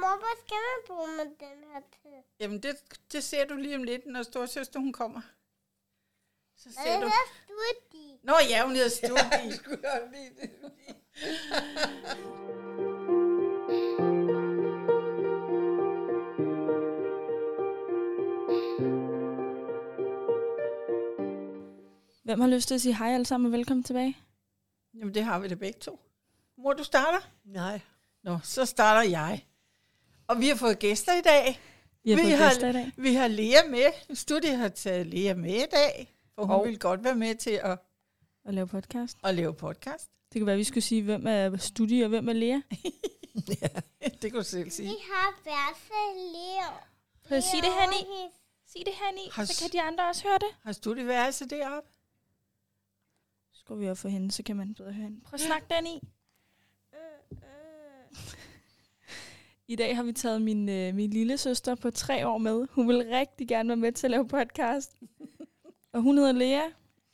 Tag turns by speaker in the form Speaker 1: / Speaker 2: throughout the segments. Speaker 1: mormor skal man bruge med den her tid?
Speaker 2: Jamen, det, det ser du lige om lidt, når storsøster hun kommer. Så
Speaker 1: Hvad
Speaker 2: ser du...
Speaker 1: hedder studi?
Speaker 2: Nå ja, hun hedder Studi.
Speaker 3: skulle jeg også lige det.
Speaker 4: Hvem har lyst til at sige hej alle sammen og velkommen tilbage?
Speaker 2: Jamen, det har vi da begge to. Mor, du starter?
Speaker 3: Nej.
Speaker 2: Nå, så starter jeg. Og vi har fået gæster i dag.
Speaker 4: Vi har
Speaker 2: Vi
Speaker 4: fået
Speaker 2: har-
Speaker 4: gæster i dag.
Speaker 2: Vi har Lea med. Studiet har taget Lea med i dag, for hun
Speaker 4: Og-
Speaker 2: oh. ville godt være med til at,
Speaker 4: Og lave podcast.
Speaker 2: at lave podcast.
Speaker 4: Det kan være, at vi skulle sige, hvem er Studi og hvem er Lea.
Speaker 2: det kunne du selv sige.
Speaker 1: Vi har værste elev.
Speaker 4: Prøv at sige det, Hanni. Sig det, Hanni.
Speaker 2: Har
Speaker 4: Så
Speaker 2: s-
Speaker 4: kan de andre også høre det.
Speaker 2: Har studieværelse deroppe?
Speaker 4: Skruer vi op for hende, så kan man bedre høre hende. Prøv at snakke den i. I dag har vi taget min, øh, min lille søster på tre år med. Hun vil rigtig gerne være med til at lave podcast. og hun hedder Lea,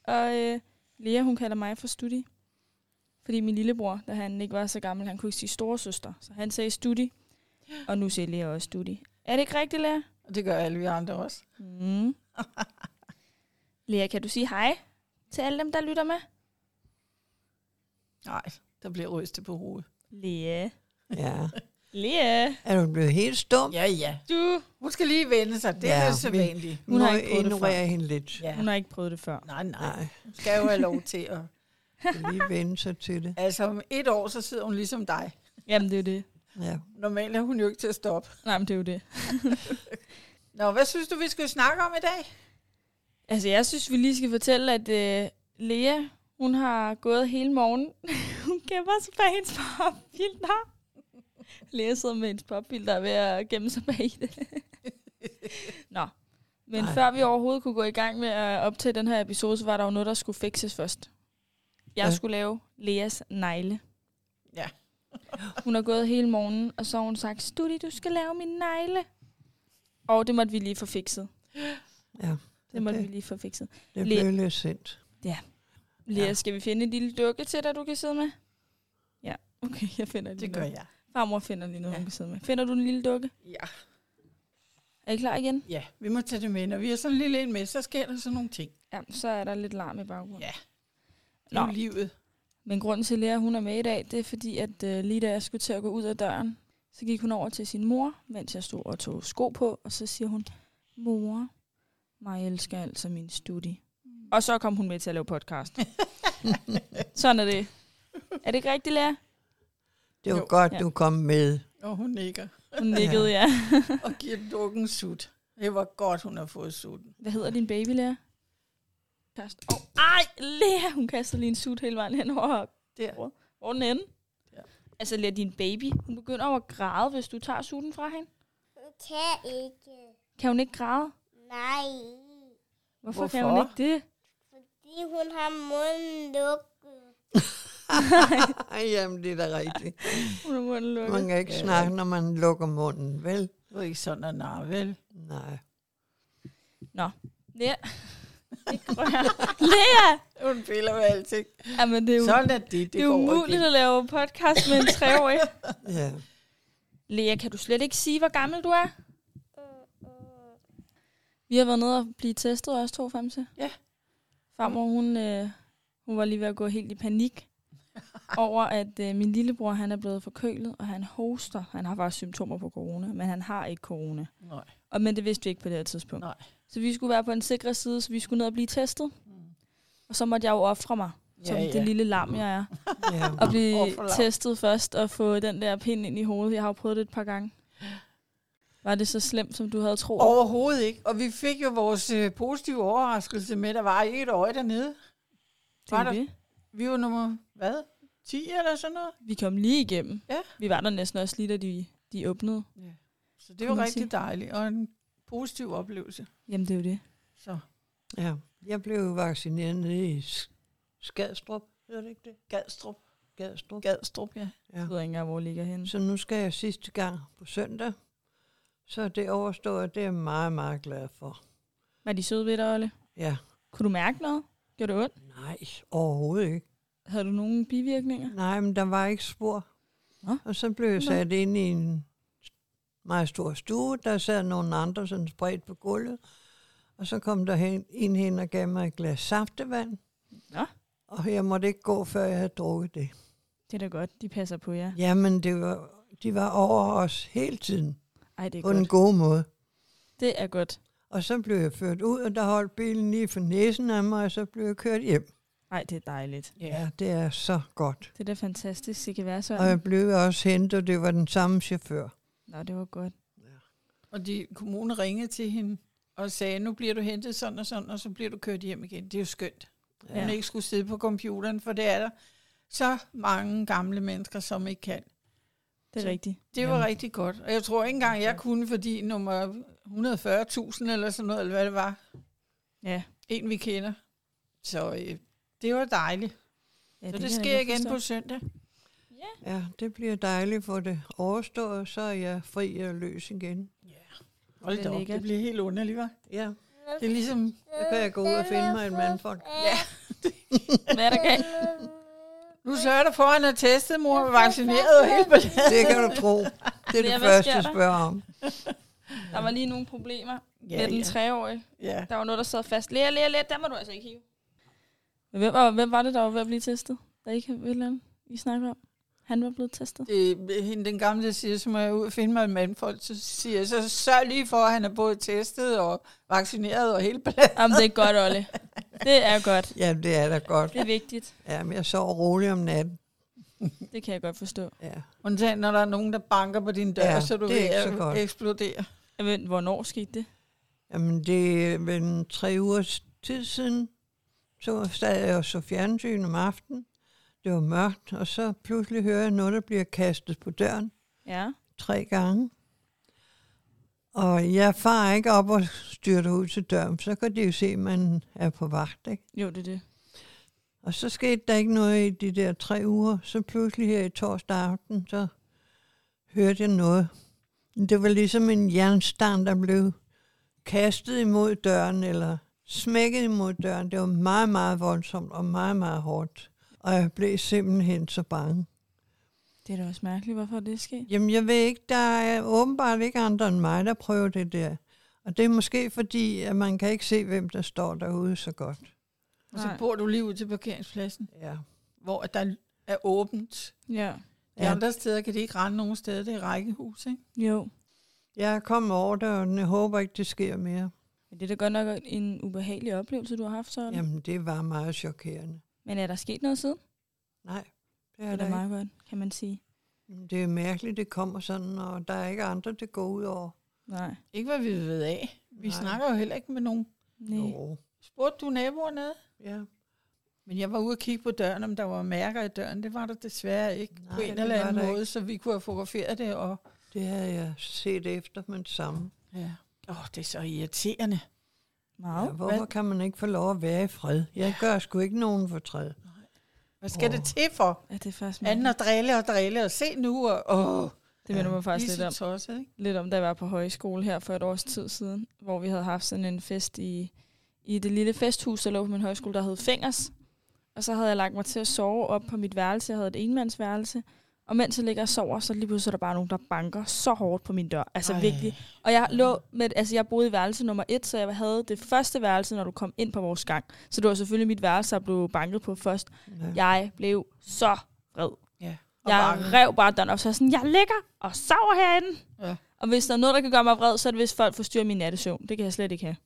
Speaker 4: og øh, Lea hun kalder mig for Studi. Fordi min lillebror, da han ikke var så gammel, han kunne ikke sige storesøster, så han sagde Studi. Og nu siger Lea også Studi. Er det ikke rigtigt, Lea?
Speaker 2: Og det gør alle vi andre også.
Speaker 4: Mm. Lea, kan du sige hej til alle dem, der lytter med?
Speaker 2: Nej, der bliver rystet på hovedet.
Speaker 4: Lea.
Speaker 3: Ja.
Speaker 4: Lea.
Speaker 3: Er du blevet helt stum?
Speaker 2: Ja, ja.
Speaker 4: Du.
Speaker 2: Hun skal lige vende sig. Det er
Speaker 3: Ja,
Speaker 2: ja, så
Speaker 3: vi-
Speaker 2: vanligt.
Speaker 3: Hun
Speaker 4: Hun
Speaker 3: Må
Speaker 4: har
Speaker 3: har
Speaker 4: ikke prøvet det
Speaker 3: ignorere hende lidt.
Speaker 2: Ja.
Speaker 4: Hun har ikke prøvet det før.
Speaker 2: Nej, nej.
Speaker 3: Nej,
Speaker 2: Hun skal jo have lov til at...
Speaker 3: lige vende sig til det.
Speaker 2: Altså, om et år, så sidder hun ligesom dig.
Speaker 4: Jamen, det er jo det.
Speaker 3: Ja.
Speaker 2: Normalt er hun jo ikke til at stoppe.
Speaker 4: Nej, men det er jo det.
Speaker 2: Nå, hvad synes du, vi skal snakke om i dag?
Speaker 4: Altså, jeg synes, vi lige skal fortælle, at øh, Lea, hun har gået hele morgen. hun gemmer sig bag hendes popfilter. Lea sidder med hendes popfilter og er ved at gemme sig bag i det. Nå. Men
Speaker 3: Nej.
Speaker 4: Ej. før vi overhovedet kunne gå i gang med at optage den her episode, så var der jo noget, der skulle fikses først. Jeg
Speaker 3: Ja.
Speaker 4: ja. skulle lave Leas negle.
Speaker 2: Ja.
Speaker 4: Hun har gået hele morgenen, og så har hun sagt, Studi, du skal lave min negle. Og det måtte vi lige få fikset.
Speaker 3: ja.
Speaker 4: Det måtte
Speaker 3: Okay.
Speaker 4: vi lige få fikset.
Speaker 3: Det
Speaker 4: Lige-
Speaker 3: blev lidt sendt.
Speaker 4: Lea,
Speaker 3: Ja.
Speaker 4: ja. skal vi finde en lille dukke til dig, du kan sidde med? Ja, okay, jeg finder lige
Speaker 2: Det gør
Speaker 4: noget.
Speaker 2: jeg.
Speaker 4: Farmor finder lige noget,
Speaker 2: Ja.
Speaker 4: ja. hun kan sidde med. Finder du en lille dukke?
Speaker 2: Ja.
Speaker 4: Er I klar igen?
Speaker 2: ja, vi må tage det med. Når vi har sådan en lille en med, så sker der sådan nogle ting.
Speaker 4: Ja, så er der lidt larm i baggrunden.
Speaker 2: Ja.
Speaker 4: Ja.
Speaker 2: Det er jo
Speaker 4: Nå.
Speaker 2: livet.
Speaker 4: Men grunden til, at Lea hun er med i dag, det er fordi, at øh, lige da jeg skulle til at gå ud af døren, så gik hun over til sin mor, mens jeg stod og tog sko på, og så siger hun, mor, mig elsker altså min studie. Og så kom hun med til at lave podcast. Sådan er det. Er det ikke rigtigt, Lea?
Speaker 3: Det var
Speaker 2: Jo.
Speaker 3: jo. godt,
Speaker 4: Ja.
Speaker 3: du kom med.
Speaker 2: Og hun nikker
Speaker 4: Hun nikkede, ja.
Speaker 2: og giver dukken sut. Det var godt, hun har fået sutten.
Speaker 4: Hvad hedder din baby, Lea? Kast. Oh, ej, Lea, hun kastede lige en sut hele vejen hen over.
Speaker 2: Der.
Speaker 4: Hvor er den henne?
Speaker 2: Ja.
Speaker 4: Altså, Lea, din baby, hun begynder over at græde, hvis du tager suten fra hende.
Speaker 1: Hun kan ikke.
Speaker 4: Kan hun ikke græde?
Speaker 1: Nej.
Speaker 4: Hvorfor,
Speaker 2: Hvorfor?
Speaker 4: kan hun ikke det?
Speaker 1: Fordi hun har munden lukket.
Speaker 3: Ej, jamen, det er da rigtigt.
Speaker 4: Hun har munden
Speaker 3: Man
Speaker 4: lukket.
Speaker 3: kan ikke snakke, når man lukker munden, vel?
Speaker 2: Det var ikke sådan, at nej, vel?
Speaker 3: Nej.
Speaker 4: Lea. Ikke rør. Lea!
Speaker 2: Hun piller med alting.
Speaker 4: Jamen, det er jo,
Speaker 2: Sådan er det, det,
Speaker 4: det er
Speaker 2: går
Speaker 4: umuligt
Speaker 2: ikke.
Speaker 4: at lave podcast med en treårig.
Speaker 3: Ja.
Speaker 4: Lea, kan du slet ikke sige, hvor gammel du er? Vi har været nede og blive testet også, to Famse.
Speaker 2: Ja.
Speaker 4: Farmor, hun, øh, hun var lige ved at gå helt i panik over, at øh, min lillebror, han er blevet forkølet, og han hoster. Han har faktisk symptomer på corona, men han har ikke corona.
Speaker 2: Nej.
Speaker 4: Og, men det vidste vi ikke på det her tidspunkt.
Speaker 2: Nej.
Speaker 4: Så vi skulle være på en sikre side, så vi skulle ned og blive testet. Og så måtte jeg jo ofre mig, som
Speaker 2: Mm. Ja, ja.
Speaker 4: det lille lam, jeg er.
Speaker 3: ja.
Speaker 4: At blive
Speaker 2: Ofre lam.
Speaker 4: testet først og få den der pind ind i hovedet. Jeg har jo prøvet det et par gange. Var det så slemt, som du havde troet?
Speaker 2: Overhovedet ikke. Og vi fik jo vores øh, positive overraskelse med, at der var ikke et øje dernede.
Speaker 4: Tænkte
Speaker 2: var der-
Speaker 4: vi.
Speaker 2: Vi var nummer, hvad? 10 eller sådan noget?
Speaker 4: Vi kom lige igennem.
Speaker 2: Ja.
Speaker 4: Vi var der næsten også lige, da de, de åbnede.
Speaker 2: Så det
Speaker 4: Kan
Speaker 2: var
Speaker 4: man
Speaker 2: rigtig
Speaker 4: sige.
Speaker 2: dejligt, og en positiv oplevelse.
Speaker 4: Jamen, det er jo det.
Speaker 2: Så
Speaker 3: ja. Jeg blev jo vaccineret nede i S- Skadstrup, hedder det ikke det?
Speaker 2: Gadstrup,
Speaker 3: Skadstrup.
Speaker 2: Gadstrup, ja.
Speaker 3: Ja.
Speaker 4: Jeg ved ikke engang, hvor ligger henne.
Speaker 3: Så nu skal jeg sidste gang på søndag. Så det overstår, og det er jeg meget, meget glad for.
Speaker 4: Var de søde ved dig, Olle?
Speaker 3: Ja.
Speaker 4: Kunne du mærke noget? Gjorde det ondt?
Speaker 3: Nej, overhovedet ikke.
Speaker 4: Havde du nogen bivirkninger?
Speaker 3: Nej, men der var ikke spor.
Speaker 4: Nå.
Speaker 3: Og så blev jeg
Speaker 4: Nå.
Speaker 3: sat ind i en meget stor stue. Der sad nogle andre sådan spredt på gulvet. Og så kom der hen, en hen og gav mig et glas saftevand.
Speaker 4: Nå.
Speaker 3: Og jeg måtte ikke gå, før jeg havde drukket det.
Speaker 4: Det er da godt, de passer på jer.
Speaker 3: Jamen, det var, de var over os hele tiden.
Speaker 4: Ej, det er
Speaker 3: På den
Speaker 4: godt.
Speaker 3: gode måde.
Speaker 4: Det er godt.
Speaker 3: Og så blev jeg ført ud, og der holdt bilen lige for næsen af mig, og så blev jeg kørt hjem.
Speaker 4: Ej, det er dejligt.
Speaker 3: Ja, det er så godt.
Speaker 4: Det er da fantastisk, det kan være
Speaker 3: Og
Speaker 4: sådan.
Speaker 3: jeg blev også hentet, og det var den samme chauffør.
Speaker 4: Nå, det var godt.
Speaker 2: Og de, kommunen ringede til hende og sagde, nu bliver du hentet sådan og sådan, og så bliver du kørt hjem igen. Det er jo skønt. Ja. Hun
Speaker 4: Ja.
Speaker 2: ikke skulle sidde på computeren, for det er der så mange gamle mennesker, som ikke kan.
Speaker 4: Det er
Speaker 2: Så-
Speaker 4: rigtigt.
Speaker 2: Det var rigtig godt. Og jeg tror ikke engang, jeg kunne, fordi nummer 140.000 eller sådan noget, eller hvad det var,
Speaker 4: Ja.
Speaker 2: en vi kender. Så øh, det var dejligt.
Speaker 4: ja
Speaker 2: Ja, så
Speaker 4: kan
Speaker 2: det
Speaker 4: jeg da
Speaker 2: sker
Speaker 4: godt
Speaker 2: igen
Speaker 4: forstå.
Speaker 2: på søndag.
Speaker 3: Ja, det bliver dejligt for det overstået, så er jeg fri og løs igen.
Speaker 2: Hold
Speaker 4: Det
Speaker 2: da
Speaker 4: er
Speaker 2: op,
Speaker 4: lækkert.
Speaker 2: det bliver helt underligt, hva'?
Speaker 3: Ja,
Speaker 2: Det er ligesom,
Speaker 1: Mm,
Speaker 3: så kan jeg gå ud og finde mig en mandfolk.
Speaker 1: Ja.
Speaker 4: Hvad er der galt?
Speaker 2: nu sørger du for, at han er testet, mor, og vaccineret og hele balladen.
Speaker 3: Det kan du tro. Det er
Speaker 4: Ja,
Speaker 3: det
Speaker 4: hvad
Speaker 3: første,
Speaker 4: sker
Speaker 3: jeg
Speaker 4: der?
Speaker 3: spørger om.
Speaker 4: Der var lige nogle problemer med
Speaker 2: Ja,
Speaker 4: den
Speaker 2: ja.
Speaker 4: treårige.
Speaker 2: ja.
Speaker 4: Der var noget, der sad fast. Lære, lære, lære, der må du altså ikke hive. Men hvem var, hvem var det, der var ved at blive testet? Der ikke ved eller I snakker om? Han var blevet testet.
Speaker 2: Det er hende, den gamle, der siger, så må jeg ud og finde mig en mandfolk. Så siger jeg, så sørg lige for, at han er både testet og vaccineret og hele balladen.
Speaker 4: Jamen, det er godt, Olle. Det er godt.
Speaker 3: Ja, det er da godt.
Speaker 4: Det er vigtigt.
Speaker 3: Jamen, jeg sover roligt om natten.
Speaker 4: Det kan jeg godt forstå.
Speaker 3: Ja.
Speaker 2: Undtagen, når der er nogen, der banker på din dør,
Speaker 3: Ja,
Speaker 2: så du
Speaker 3: det er
Speaker 2: ved
Speaker 3: ikke
Speaker 2: at
Speaker 3: så godt.
Speaker 2: eksplodere.
Speaker 4: Men hvornår skete det?
Speaker 3: Jamen, det er vel en tre ugers tid siden, så sad jeg og så fjernsyn om aftenen. Det var mørkt, og så pludselig hører jeg noget, der bliver kastet på døren
Speaker 4: Ja.
Speaker 3: tre gange. Og jeg farer ikke op og styrter ud til døren, så kan de jo se, at man er på vagt. Ikke?
Speaker 4: Jo, det er det.
Speaker 3: Og så skete der ikke noget i de der tre uger. Så pludselig her i torsdag aften, så hørte jeg noget. Det var ligesom en jernstang, der blev kastet imod døren, eller smækket imod døren. Det var meget, meget voldsomt og meget, meget hårdt. Og jeg blev simpelthen så bange.
Speaker 4: Det er da også mærkeligt, hvorfor det er sket.
Speaker 3: Jamen, jeg ved ikke, der er åbenbart ikke andre end mig, der prøver det der. Og det er måske fordi, at man kan ikke se, hvem der står derude så godt.
Speaker 2: Og så bor du lige ud til parkeringspladsen,
Speaker 3: Ja.
Speaker 2: hvor der er åbent.
Speaker 4: Ja.
Speaker 2: De
Speaker 3: Ja.
Speaker 2: andre steder kan de ikke rende nogen steder. Det er rækkehus, ikke?
Speaker 4: Jo.
Speaker 3: Jeg er kommet over det, og jeg håber ikke, det sker mere.
Speaker 4: Men det er da godt nok en ubehagelig oplevelse, du har haft sådan. Jamen.
Speaker 3: Jamen, det var meget chokerende.
Speaker 4: Men er der sket noget siden?
Speaker 3: Nej, det
Speaker 4: Ja,
Speaker 3: er
Speaker 4: det
Speaker 3: der
Speaker 4: er da
Speaker 3: ikke.
Speaker 4: meget godt, kan man sige.
Speaker 3: Det er mærkeligt, det kommer sådan, og der er ikke andre, det går ud over.
Speaker 4: Nej.
Speaker 2: Ikke hvad vi ved af. Vi
Speaker 3: Nej.
Speaker 2: snakker jo heller ikke med nogen.
Speaker 4: Nej.
Speaker 3: Jo.
Speaker 2: Spurgte du naboerne?
Speaker 3: Ja.
Speaker 2: Men jeg var ude og kigge på døren, om der var mærker i døren. Det var der desværre ikke Nej, på
Speaker 3: Nej,
Speaker 2: en
Speaker 3: det
Speaker 2: eller
Speaker 3: var
Speaker 2: anden
Speaker 3: der
Speaker 2: måde, ikke. så vi kunne have fotograferet det. Og,
Speaker 3: Det havde jeg set efter med det samme.
Speaker 2: ja. Åh, det er så irriterende.
Speaker 4: Meget.
Speaker 3: Ja, hvorfor
Speaker 2: hvad-
Speaker 3: kan man ikke få lov at være i fred? Jeg gør sgu ikke nogen fortræd.
Speaker 2: Hvad skal oh.
Speaker 3: Åh.
Speaker 2: det til for?
Speaker 4: Ja, det er faktisk
Speaker 2: Anden
Speaker 4: mærkeligt.
Speaker 2: at drille og drille og se nu. Og, åh,
Speaker 4: Det minder
Speaker 3: Ja,
Speaker 4: mig faktisk
Speaker 2: lige
Speaker 4: lidt om.
Speaker 2: så tosset, ikke?
Speaker 4: lidt om, da jeg var på højskole her for et års tid siden, hvor vi havde haft sådan en fest i, i det lille festhus, der lå på min højskole, der hed Fingers. Og så havde jeg lagt mig til at sove op på mit værelse. Jeg havde et enmandsværelse. Og mens jeg ligger og sover, så lige pludselig er der bare nogen, der banker så hårdt på min dør. Altså Ej. virkelig. Og jeg lå med, altså jeg boede i værelse nummer et, så jeg havde det første værelse, når du kom ind på vores gang. Så det var selvfølgelig mit værelse, der blev banket på først.
Speaker 3: Ja.
Speaker 4: Jeg blev så vred.
Speaker 2: Ja. Og
Speaker 4: Jeg
Speaker 2: bange.
Speaker 4: rev bare døren op, så jeg sådan, jeg ligger og sover herinde.
Speaker 2: Ja.
Speaker 4: Og hvis der er noget, der kan gøre mig vred, så er det, hvis folk forstyrrer min nattesøvn. Det kan jeg slet ikke have.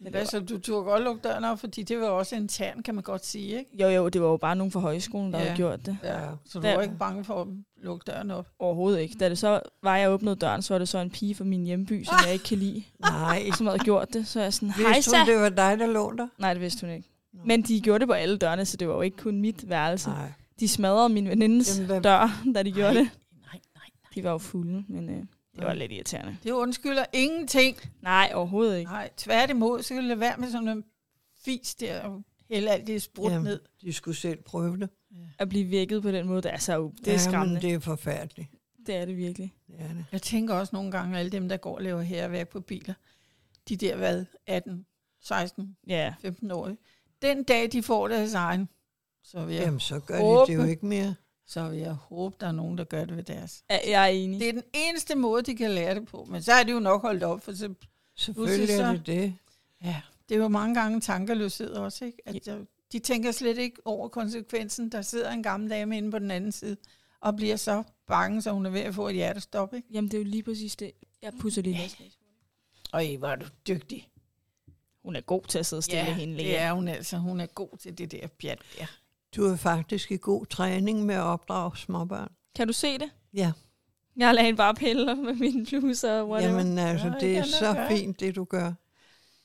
Speaker 2: Men altså, du turde godt lukke døren op, fordi det var også intern, kan man godt sige, ikke?
Speaker 4: Jo, jo, det var jo bare nogen fra højskolen, der
Speaker 2: Ja.
Speaker 4: havde gjort det.
Speaker 3: Ja.
Speaker 2: Så du
Speaker 4: Ja.
Speaker 2: var ikke bange for at lukke døren op.
Speaker 4: Overhovedet ikke. Da det så var, jeg åbnede døren, så var det så en pige fra min hjemby, som jeg ikke kan lide,
Speaker 3: Nej,
Speaker 2: Ah!
Speaker 4: som havde gjort det. Så jeg sådan, hej
Speaker 3: vidste
Speaker 4: så.
Speaker 3: hun, det var dig, der lå der?
Speaker 4: Nej, det vidste hun ikke. Men de gjorde det på alle dørene, så det var jo ikke kun mit værelse.
Speaker 3: Nej.
Speaker 4: De smadrede min venindes
Speaker 3: Jamen, hvad-
Speaker 4: dør, da de gjorde det.
Speaker 2: Nej, nej, nej.
Speaker 4: De var jo fulde, men øh, det var
Speaker 3: Ja.
Speaker 4: lidt irriterende.
Speaker 2: Det undskylder ingenting.
Speaker 4: Nej, overhovedet ikke.
Speaker 2: Nej, tværtimod, så kan du lade være med sådan en fis der og hælde alt det sprudt
Speaker 3: Jamen,
Speaker 2: ned.
Speaker 3: De skulle selv prøve det.
Speaker 4: At blive vækket på den måde, det er så det er
Speaker 3: Jamen,
Speaker 4: skræmmende.
Speaker 3: det er forfærdeligt.
Speaker 4: Det er det virkelig.
Speaker 3: Det er det.
Speaker 2: Jeg tænker også nogle gange, at alle dem, der går og laver herværk på biler, de der hvad, 18, 16,
Speaker 4: Ja,
Speaker 2: 15 år, den dag de får deres egen, så vil jeg,
Speaker 3: Jamen, så gør de
Speaker 2: Åben.
Speaker 3: det jo ikke mere.
Speaker 2: så vil jeg håbe, der er nogen, der gør det ved deres.
Speaker 4: Ja, Jeg er enig.
Speaker 2: Det er den eneste måde, de kan lære det på. Men så er de jo nok holdt op, for så,
Speaker 3: Selvfølgelig
Speaker 2: så-
Speaker 3: er det det.
Speaker 2: ja, det er jo mange gange tankerløshed også, ikke? At jeg, de tænker slet ikke over konsekvensen. Der sidder en gammel dame inde på den anden side, og bliver så bange, så hun er ved at få et hjertestop, ikke?
Speaker 4: Jamen, det er jo lige præcis det. Jeg pusser lige næsen lidt.
Speaker 2: Og I var du dygtig.
Speaker 4: Hun er god til at sidde stille, hende Lea.
Speaker 2: det er hun altså. Hun er god til det der pjat der.
Speaker 3: Du er faktisk i god træning med at opdrage småbørn.
Speaker 4: Kan du se det?
Speaker 3: Ja,
Speaker 4: Jeg lader hende bare pille med mine bluser og whatever. Jamen.
Speaker 3: jamen altså,
Speaker 2: Ja, det
Speaker 3: det er
Speaker 2: kan du
Speaker 3: så
Speaker 2: gøre.
Speaker 3: fint, det du gør.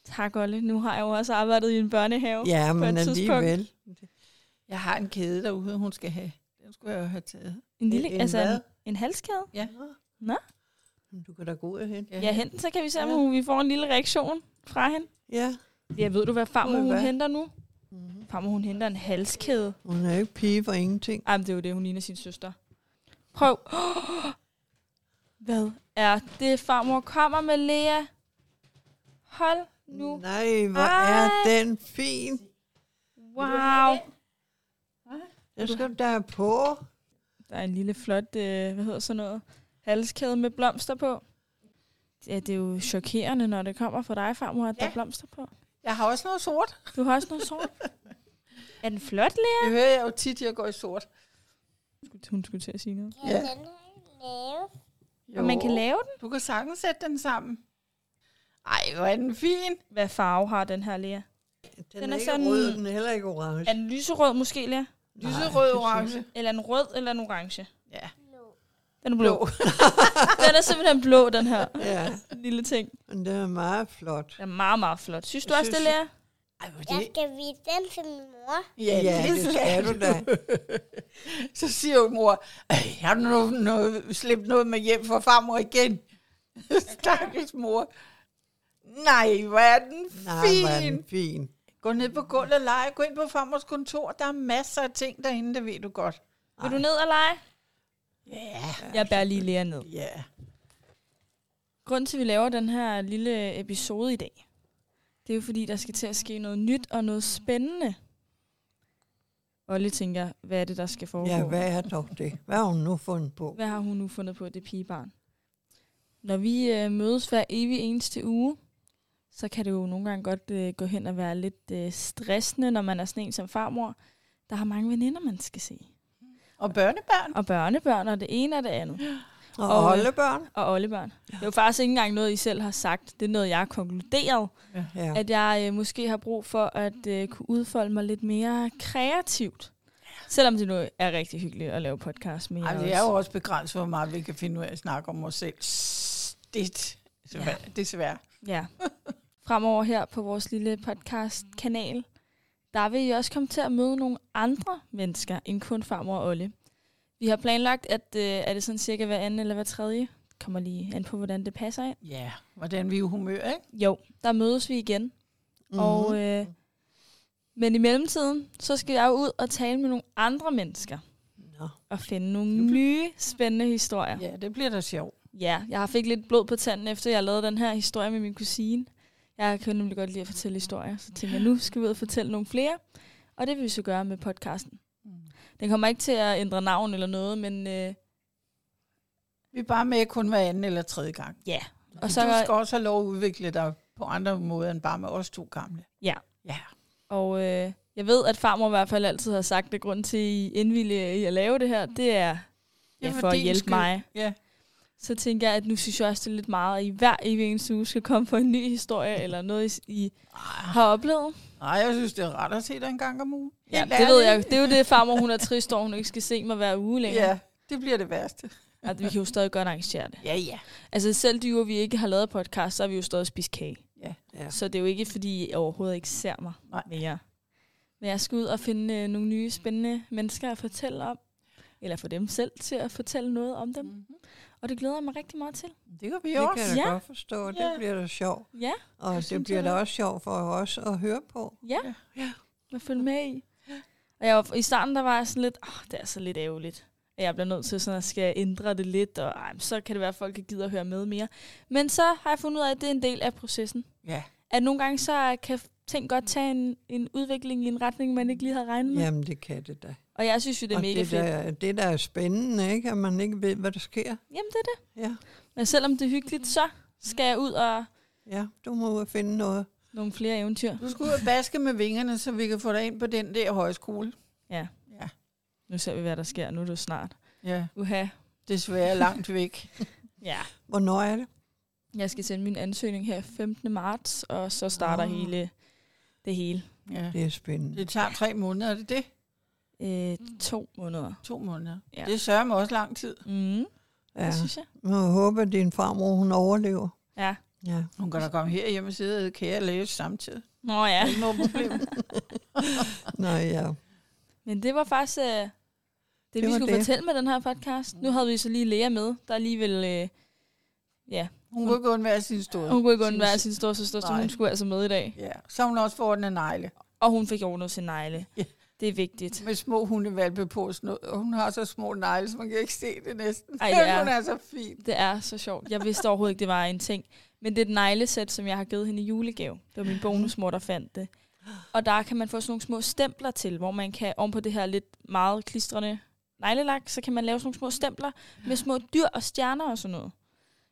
Speaker 4: Tak, Olle. Nu har jeg jo også arbejdet i en børnehave.
Speaker 3: Ja,
Speaker 4: på
Speaker 3: men
Speaker 4: et tidspunkt.
Speaker 3: alligevel.
Speaker 2: Jeg har en kæde derude, hun skal have. Den skulle jeg jo have taget.
Speaker 4: En lille,
Speaker 2: En- en
Speaker 4: altså
Speaker 2: hvad?
Speaker 4: en, en halskæde.
Speaker 2: Ja.
Speaker 4: Nå.
Speaker 3: Du kan da gå ud og hente.
Speaker 4: Ja, ja hent den, så kan vi se, om
Speaker 2: Ja.
Speaker 4: hun, vi får en lille reaktion fra hende.
Speaker 3: Ja,
Speaker 4: Ja, ved du, hvad farmor
Speaker 3: Ved du
Speaker 4: hun
Speaker 3: hvad?
Speaker 4: henter nu? Farmor, hun henter en halskæde.
Speaker 3: hun er jo ikke pige for ingenting.
Speaker 4: Ej, men det er jo det, hun ligner sin søster. Prøv. Hvad er det, farmor kommer med, Lea? Hold nu.
Speaker 3: Nej, hvor
Speaker 4: Ej.
Speaker 3: er den fin.
Speaker 4: Wow.
Speaker 3: Den skal du da have på.
Speaker 4: Der er en lille flot, øh, hvad hedder sådan noget, halskæde med blomster på. Ja, det er jo chokerende, når det kommer fra dig, farmor, at ja. der er blomster på.
Speaker 2: Jeg har også noget sort.
Speaker 4: Du har også noget sort. er den flot, Lea?
Speaker 2: Det hører jeg jo tit, jeg går i sort.
Speaker 4: Hun skulle til at sige noget.
Speaker 1: Kan
Speaker 2: Ja.
Speaker 1: den her lave?
Speaker 2: Jo.
Speaker 4: Og man kan lave den.
Speaker 2: Du kan sagtens sætte den sammen. Ej, hvor er den fin.
Speaker 4: Hvad farve har den her, Lea?
Speaker 3: Den,
Speaker 4: Den
Speaker 3: er,
Speaker 4: er
Speaker 3: ikke
Speaker 4: sådan-
Speaker 3: rød, og den er heller ikke orange.
Speaker 4: Er den lyserød måske, Lea?
Speaker 2: Lyserød
Speaker 3: det
Speaker 2: orange.
Speaker 4: Eller en rød eller en orange?
Speaker 2: Ja.
Speaker 1: Blå.
Speaker 4: Den er blå.
Speaker 2: Blå.
Speaker 4: blå. den er simpelthen blå, den her
Speaker 3: Ja,
Speaker 4: lille ting.
Speaker 3: men den er meget flot.
Speaker 4: Den er meget, meget flot. Synes du også, det, Lea?
Speaker 2: Ej, hvor
Speaker 1: Jeg skal vise den til min mor.
Speaker 2: Ja, ja det, det skal du da. Så siger jo mor, "Ej, har du noget, noget, slæbt noget med hjem fra farmor igen? Stakkels mor. Nej, hvor er den
Speaker 3: Nej, hvor er
Speaker 2: fin.
Speaker 3: den fin.
Speaker 2: Gå ned på gulvet og lege. Gå ind på farmors kontor. Der er masser af ting derinde, det ved du godt.
Speaker 4: Vil du ned og lege?
Speaker 2: Ja,
Speaker 4: Jeg bærer lige Lea ned.
Speaker 2: ja.
Speaker 4: Grunden til, at vi laver den her lille episode i dag, det er jo fordi, der skal til at ske noget nyt og noget spændende. Olle tænker, hvad er det, der skal foregå?
Speaker 3: Ja, hvad er dog det? Hvad har hun nu fundet på?
Speaker 4: Hvad har hun nu fundet på, det pigebarn? Når vi øh, mødes hver evig eneste uge, så kan det jo nogle gange godt øh, gå hen og være lidt øh, stressende, når man er sådan en som farmor. Der har mange veninder, man skal se.
Speaker 2: Og børnebørn.
Speaker 4: Og børnebørn, og det ene og det andet.
Speaker 3: Og
Speaker 4: Og-
Speaker 3: oldebørn?
Speaker 4: Og oldebørn. Det er jo faktisk ikke engang noget, I selv har sagt. Det er noget, jeg har konkluderet.
Speaker 3: Ja.
Speaker 4: at jeg øh, måske har brug for at øh, kunne udfolde mig lidt mere kreativt. Selvom det nu er rigtig hyggeligt at lave podcast med
Speaker 2: Ej,
Speaker 4: jer
Speaker 2: det er
Speaker 4: også.
Speaker 2: jo også begrænset, hvor meget vi kan finde ud af at snakke om os selv. Det,
Speaker 4: Ja.
Speaker 2: desværre.
Speaker 4: Ja. Fremover her på vores lille podcast-kanal, der vil I også komme til at møde nogle andre mennesker end kun farmor og Olle. Vi har planlagt, at øh, er det sådan cirka hver anden eller hver tredje? Kommer lige an på, hvordan det passer ind.
Speaker 2: Ja, hvordan vi er i humør, ikke?
Speaker 4: Jo, der mødes vi igen. Mm. Og, øh, men i mellemtiden, så skal jeg jo ud og tale med nogle andre mennesker.
Speaker 3: Nå.
Speaker 4: at finde nogle nye spændende historier.
Speaker 2: Ja, det bliver da sjovt.
Speaker 4: Ja, jeg har fik lidt blod på tanden, efter jeg lavede den her historie med min kusine. Jeg kan nemlig godt lide at fortælle historier, så tænker jeg, nu skal vi ud og fortælle nogle flere. Og det vil vi så gøre med podcasten. Den kommer ikke til at ændre navn eller noget, men øh,
Speaker 2: Vi er bare med kun hver anden eller tredje gang.
Speaker 4: ja.
Speaker 2: Og
Speaker 4: Og
Speaker 2: så du
Speaker 4: så,
Speaker 2: skal også have lov at udvikle dig på andre måder end bare med os to gamle.
Speaker 4: ja.
Speaker 2: Ja.
Speaker 4: Og øh, jeg ved, at farmor i hvert fald altid har sagt, at grunden til, at I indvillige i at lave det her, det er ja,
Speaker 2: Det er
Speaker 4: for at
Speaker 2: din
Speaker 4: hjælpe
Speaker 2: skyld.
Speaker 4: mig.
Speaker 2: Ja.
Speaker 4: så tænker jeg, at nu synes jeg også, det er lidt meget, at I hver evig eneste uge skal komme på en ny historie, eller noget, I- I
Speaker 2: Ah.
Speaker 4: har oplevet.
Speaker 2: Nej, jeg synes, det er rart at se dig en gang om ugen.
Speaker 4: Ja,
Speaker 2: Helt
Speaker 4: det ved
Speaker 2: ærligt.
Speaker 4: jeg. Det er jo det, farmor hun er trist over, hun ikke skal se mig hver uge længere.
Speaker 2: Ja, det bliver det værste.
Speaker 4: At vi kan jo stadig godt arrangere det.
Speaker 2: Ja, ja.
Speaker 4: Altså selv de uger, vi ikke har lavet podcast, så har vi jo stadig spist kage.
Speaker 2: ja.
Speaker 3: Ja.
Speaker 4: Så det er jo ikke, fordi I overhovedet ikke ser mig
Speaker 2: Nej.
Speaker 4: mere. Men jeg skal ud og finde øh, nogle nye spændende mennesker at fortælle om. Eller få dem selv til at fortælle noget om dem. Mm-hmm. Og det glæder jeg mig rigtig meget til.
Speaker 2: Det kan vi
Speaker 3: Det
Speaker 2: også.
Speaker 3: kan jeg
Speaker 4: Ja.
Speaker 3: da godt forstå, det
Speaker 2: Ja.
Speaker 3: bliver da sjovt.
Speaker 4: Ja,
Speaker 3: Og det
Speaker 4: synes
Speaker 3: bliver
Speaker 4: jeg
Speaker 3: da
Speaker 4: da.
Speaker 3: også sjovt for os at høre på.
Speaker 4: Ja. ja. At følge med i. Og jeg var, i starten, der var jeg sådan lidt, åh, det er så lidt ærgerligt. At jeg bliver nødt til sådan at skal ændre det lidt, og ej, men så kan det være, at folk ikke gider at høre med mere. Men så har jeg fundet ud af, at det er en del af processen.
Speaker 2: Ja.
Speaker 4: At nogle
Speaker 2: Mm.
Speaker 4: gange så kan ting godt tage en, en udvikling i en retning, man ikke lige havde regnet med.
Speaker 3: Jamen, det kan det da.
Speaker 4: Og jeg synes jo, det er
Speaker 3: og
Speaker 4: mega
Speaker 3: det,
Speaker 4: fedt.
Speaker 3: der, det der er spændende, ikke? at man ikke ved, hvad der sker.
Speaker 4: Jamen, det er det.
Speaker 3: Ja,
Speaker 4: Men selvom det er
Speaker 3: Mhm.
Speaker 4: hyggeligt, så skal jeg ud og
Speaker 3: ja du må ud og finde noget.
Speaker 4: nogle flere eventyr.
Speaker 2: Du skal ud og baske med vingerne, så vi kan få dig ind på den der højskole.
Speaker 4: Ja.
Speaker 2: Ja.
Speaker 4: Nu ser vi, hvad der sker. Nu er det jo snart.
Speaker 2: Ja,
Speaker 4: Uha.
Speaker 2: desværre langt væk.
Speaker 4: Ja.
Speaker 3: Hvornår er det?
Speaker 4: Jeg skal sende min ansøgning her 15. marts, og så starter
Speaker 3: Åh.
Speaker 4: hele det hele.
Speaker 2: Ja.
Speaker 3: Det er spændende.
Speaker 2: Det tager tre måneder, er det det?
Speaker 4: Øh, to måneder.
Speaker 2: To måneder.
Speaker 4: Ja.
Speaker 2: Ja. Det sørger mig også lang tid.
Speaker 4: Mm, ja.
Speaker 3: Ja.
Speaker 4: Det synes jeg.
Speaker 3: Må jeg håbe, at din farmor hun overlever.
Speaker 4: Ja.
Speaker 3: Ja.
Speaker 2: Hun kan da komme her hjem og sidde og æde kære og læse samtidig.
Speaker 4: Nå ja.
Speaker 2: Ikke noget problem.
Speaker 3: Nej, ja.
Speaker 4: Men det var faktisk øh, det, det, vi
Speaker 3: var
Speaker 4: skulle
Speaker 3: det.
Speaker 4: fortælle med den her podcast. Nu havde vi så lige Lea med, der alligevel... Øh, ja,
Speaker 2: Hun kunne ikke undvære sin store.
Speaker 4: hun kunne ikke undvære sin storsøster, så
Speaker 2: Nej.
Speaker 4: hun skulle altså med i dag.
Speaker 2: Ja, så hun også får den en negle.
Speaker 4: Og hun fik ordnet sin negle.
Speaker 2: Ja.
Speaker 4: Det er vigtigt.
Speaker 2: Med små hundevalpe på og sådan noget. Og hun har så små negle, så man kan ikke se det næsten.
Speaker 4: Ej, det er-
Speaker 2: hun er så fin.
Speaker 4: Det er så sjovt. Jeg vidste overhovedet ikke, det var en ting. Men det er et neglesæt, som jeg har givet hende i julegave. Det var min bonusmor, der fandt det. Og der kan man få sådan nogle små stempler til, hvor man kan, om på det her lidt meget klistrende neglelak, så kan man lave sådan nogle små stempler med små dyr og stjerner og sådan noget.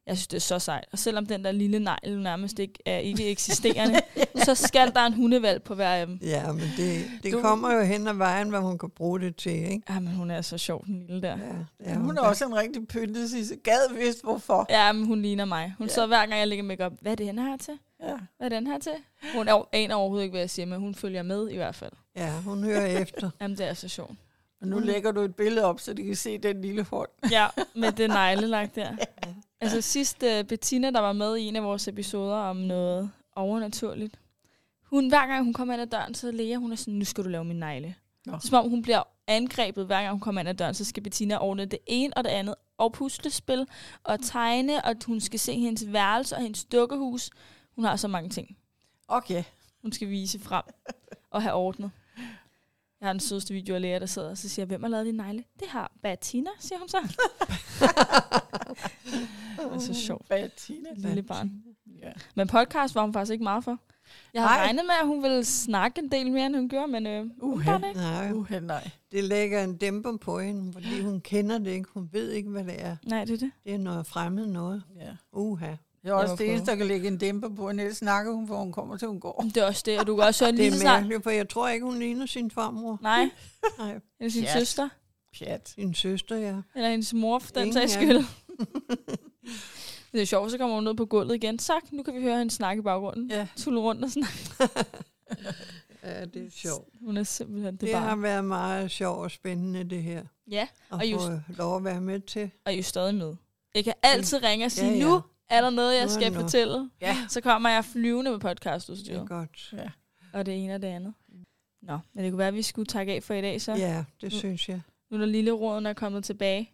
Speaker 4: Jeg synes, det er så sejt. Og selvom den der lille negl nærmest ikke er ikke eksisterende, så skal der en hundevalg på hver af dem.
Speaker 3: Ja, men det, det
Speaker 2: Du-
Speaker 3: kommer jo hen ad vejen, hvad hun kan bruge det til, ikke?
Speaker 4: Jamen, hun er så sjov, den lille der.
Speaker 3: Ja, det
Speaker 2: Ja, hun er
Speaker 3: da.
Speaker 2: også en rigtig pyntet, Sisse. Gad vidst hvorfor.
Speaker 4: Ja, men hun ligner mig. Hun
Speaker 2: Ja.
Speaker 4: sidder hver gang, jeg lægger makeup. Hvad er det, han har til?
Speaker 2: Ja.
Speaker 4: Hvad er den her til? Hun er- aner overhovedet ikke, hvad jeg siger, men hun følger med i hvert fald.
Speaker 3: Ja, hun hører efter.
Speaker 4: Jamen, det er så sjovt.
Speaker 2: Og
Speaker 4: Mm.
Speaker 2: nu lægger du et billede op, så de kan se den lille hånd.
Speaker 4: Ja, med det neglelagt der. Altså sidst uh, Bettina, der var med i en af vores episoder om noget overnaturligt. Hun, hver gang hun kommer ind ad døren, så læger hun er sådan, nu skal du lave min negle.
Speaker 2: Nå.
Speaker 4: Som om hun bliver angrebet, hver gang hun kommer ind ad døren, så skal Bettina ordne det ene og det andet. Og puslespil, og tegne, og hun skal se hendes værelse og hendes dukkehus. Hun har så mange ting.
Speaker 2: Okay.
Speaker 4: hun skal vise frem og have ordnet. Jeg har den sødeste video af lærer, der sidder og så siger, jeg, hvem har lavet din negle? Det har Bettina, siger hun så. det er så sjovt,
Speaker 2: Bettina.
Speaker 4: et lille barn.
Speaker 2: Ja.
Speaker 4: Men podcast var hun faktisk ikke meget for. Jeg havde
Speaker 2: Nej.
Speaker 4: regnet med, at hun ville snakke en del mere, end hun gjorde, men øh, hun
Speaker 2: Uha.
Speaker 4: gør det ikke.
Speaker 3: Nej,
Speaker 2: Uha, nej.
Speaker 3: det lægger en dæmper på hende, fordi hun kender det ikke. Hun ved ikke, hvad det er.
Speaker 4: Nej, det er det.
Speaker 3: Det er noget fremmed noget.
Speaker 2: Ja.
Speaker 3: Uha.
Speaker 2: Det er også
Speaker 4: Jeg må
Speaker 2: det
Speaker 4: prøve.
Speaker 2: eneste, der kan lægge en dæmper på. En lille snakker hun, for hun kommer til, hun går.
Speaker 4: Det er også det, og du kan også høre
Speaker 3: Det
Speaker 4: lige så
Speaker 3: er
Speaker 4: snart.
Speaker 3: mærkeligt, for jeg tror ikke, hun ligner sin farmor.
Speaker 4: Nej,
Speaker 3: Nej,
Speaker 4: eller sin
Speaker 2: Pjat.
Speaker 4: søster,
Speaker 2: Pjat.
Speaker 3: sin søster, ja.
Speaker 4: eller hendes mor, for den
Speaker 3: Ingen
Speaker 4: sags
Speaker 3: af
Speaker 4: skyld. det er sjovt, så kommer hun ned på gulvet igen. Tak, nu kan vi høre hende snakke i baggrunden.
Speaker 2: Ja.
Speaker 4: Tulle rundt og snakke.
Speaker 3: Ja, det er sjovt.
Speaker 4: Hun er simpelthen det,
Speaker 3: Det
Speaker 4: bare.
Speaker 3: har været meget sjovt og spændende, det her.
Speaker 4: Ja,
Speaker 3: At
Speaker 4: Og
Speaker 3: og
Speaker 4: just-
Speaker 3: få lov at være med til.
Speaker 4: og I er jo stadig med. Jeg kan altid ringe og sige, ja,
Speaker 3: Ja,
Speaker 4: ja.
Speaker 3: ja.
Speaker 4: nu er der noget, jeg
Speaker 3: Nu er
Speaker 4: skal
Speaker 3: der noget."
Speaker 4: fortælle.
Speaker 2: Ja.
Speaker 4: Så kommer jeg flyvende med
Speaker 3: Det er
Speaker 4: podcastudstyret,
Speaker 3: godt. Mm.
Speaker 2: Ja.
Speaker 4: og det ene og det andet. Nå, men det kunne være, at vi skulle takke af for i dag, så. Ja.
Speaker 3: Ja, det
Speaker 4: Nu-
Speaker 3: synes jeg.
Speaker 4: Nu når lille råden er kommet tilbage.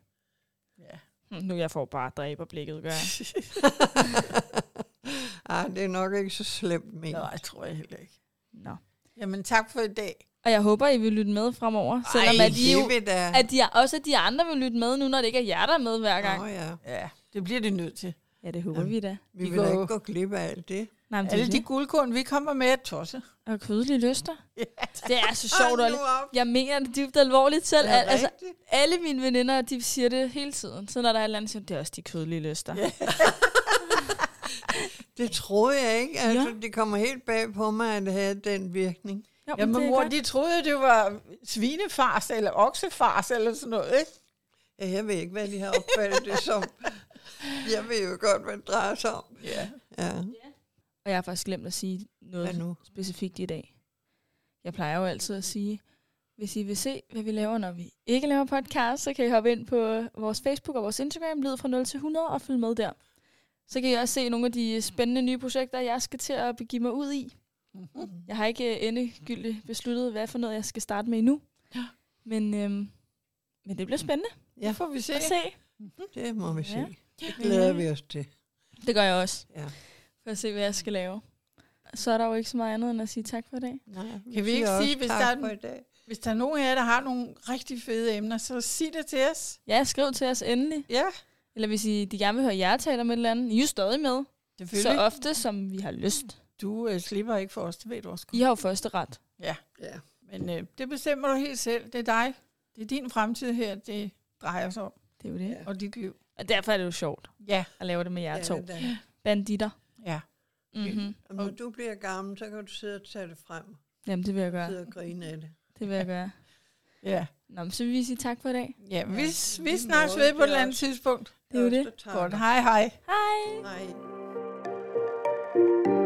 Speaker 2: ja.
Speaker 4: Hm, Nu jeg får bare dræber blikket, gør jeg.
Speaker 3: Ej, det er nok ikke så slemt men.
Speaker 2: Nej, tror jeg heller ikke.
Speaker 4: Nå.
Speaker 2: Jamen, tak for i dag.
Speaker 4: Og jeg håber, I vil lytte med fremover, selvom at I jo,
Speaker 3: det vil da.
Speaker 4: at de, også at de andre vil lytte med nu, når det ikke er jer, der er med hver gang.
Speaker 3: Nå, ja.
Speaker 2: Ja, det bliver det nødt til.
Speaker 4: Ja, det håber vi da.
Speaker 3: Vi
Speaker 2: Vi
Speaker 3: vil da
Speaker 2: går-
Speaker 3: ikke gå glip af alt det.
Speaker 4: Nej, men det er
Speaker 2: Alle de
Speaker 4: det.
Speaker 2: guldkorn, vi kommer med, er tosse.
Speaker 4: Og kødelige lyster. Det er så
Speaker 3: Hold
Speaker 4: sjovt,
Speaker 3: nu
Speaker 4: Olle.
Speaker 3: op.
Speaker 4: Jeg mener det dybt alvorligt selv.
Speaker 3: Det er
Speaker 4: Al- altså,
Speaker 3: rigtigt.
Speaker 4: alle mine veninder, de siger det hele tiden. Så når der er et eller andet, så siger de, det er også de kødelige lyster. Ja.
Speaker 3: Det troede jeg ikke. Altså, det kommer helt bag på mig, at det havde den virkning.
Speaker 4: Jo, men
Speaker 2: Jamen,
Speaker 4: det er
Speaker 2: mor,
Speaker 4: godt.
Speaker 2: de troede, det var svinefars eller oksefars eller sådan noget, ikke?
Speaker 3: Ja, jeg ved ikke, hvad de har opfattet det som. Jeg ved jo godt, hvad det drejer sig om.
Speaker 2: Ja.
Speaker 3: Ja,
Speaker 4: Og jeg har faktisk glemt at sige noget
Speaker 3: hvad nu?
Speaker 4: specifikt i dag. Jeg plejer jo altid at sige, hvis I vil se, hvad vi laver, når vi ikke laver podcast, så kan I hoppe ind på vores Facebook og vores Instagram, Lyd fra 0 til 100, og følge med der. Så kan I også se nogle af de spændende nye projekter, jeg skal til at begive mig ud i. Jeg har ikke øh, endegyldigt besluttet, hvad for noget jeg skal starte med endnu. Men, øhm, men det bliver spændende
Speaker 2: Ja, får vi se.
Speaker 4: at se.
Speaker 3: Det må vi
Speaker 4: Ja.
Speaker 3: se. Det glæder vi os til.
Speaker 4: Det gør jeg også.
Speaker 3: Ja.
Speaker 4: For at se, hvad jeg skal lave. Så er der jo ikke så meget andet end at sige tak for i dag.
Speaker 3: Nej,
Speaker 2: Kan vi
Speaker 3: siger
Speaker 2: ikke
Speaker 3: også
Speaker 2: sige, hvis
Speaker 3: tak
Speaker 2: der er den-
Speaker 3: for i dag.
Speaker 2: Hvis der er nogen af jer, der har nogle rigtig fede emner, så sig det til os.
Speaker 4: Ja, skriv til os endelig.
Speaker 2: Ja,
Speaker 4: Eller hvis I de gerne vil høre jer tale om et eller andet. I er jo stadig med. Så
Speaker 2: selvfølgelig. Så,
Speaker 4: ofte, som vi har lyst.
Speaker 2: du øh, slipper ikke for os, det ved du også godt.
Speaker 4: I har jo første ret.
Speaker 2: Ja,
Speaker 3: Ja.
Speaker 2: men øh, det bestemmer du helt selv. Det er dig. Det er din fremtid her, det drejer sig om,
Speaker 4: Det er jo det.
Speaker 3: Ja.
Speaker 4: Ja.
Speaker 2: og dit liv.
Speaker 4: Og derfor er det jo sjovt
Speaker 2: Ja,
Speaker 4: at lave det med jer
Speaker 3: Ja,
Speaker 4: to.
Speaker 3: det er det.
Speaker 4: Banditter.
Speaker 2: ja.
Speaker 4: Mm-hmm.
Speaker 3: Og når du bliver gammel, så kan du sidde og tage det frem.
Speaker 4: Jamen, det vil jeg gøre.
Speaker 3: Sidde og grine af det.
Speaker 4: Det vil jeg gøre.
Speaker 2: Ja,
Speaker 4: Nå, men så vil vi sige tak for i dag.
Speaker 2: ja vi, vi
Speaker 3: lige
Speaker 2: snakkes
Speaker 3: måde.
Speaker 2: ved på et
Speaker 3: Det
Speaker 2: eller
Speaker 3: er
Speaker 2: andet tidspunkt.
Speaker 4: Det er jo
Speaker 3: os,
Speaker 4: det.
Speaker 3: der tager
Speaker 2: Godt, hej hej.
Speaker 4: Hej!
Speaker 3: Nej.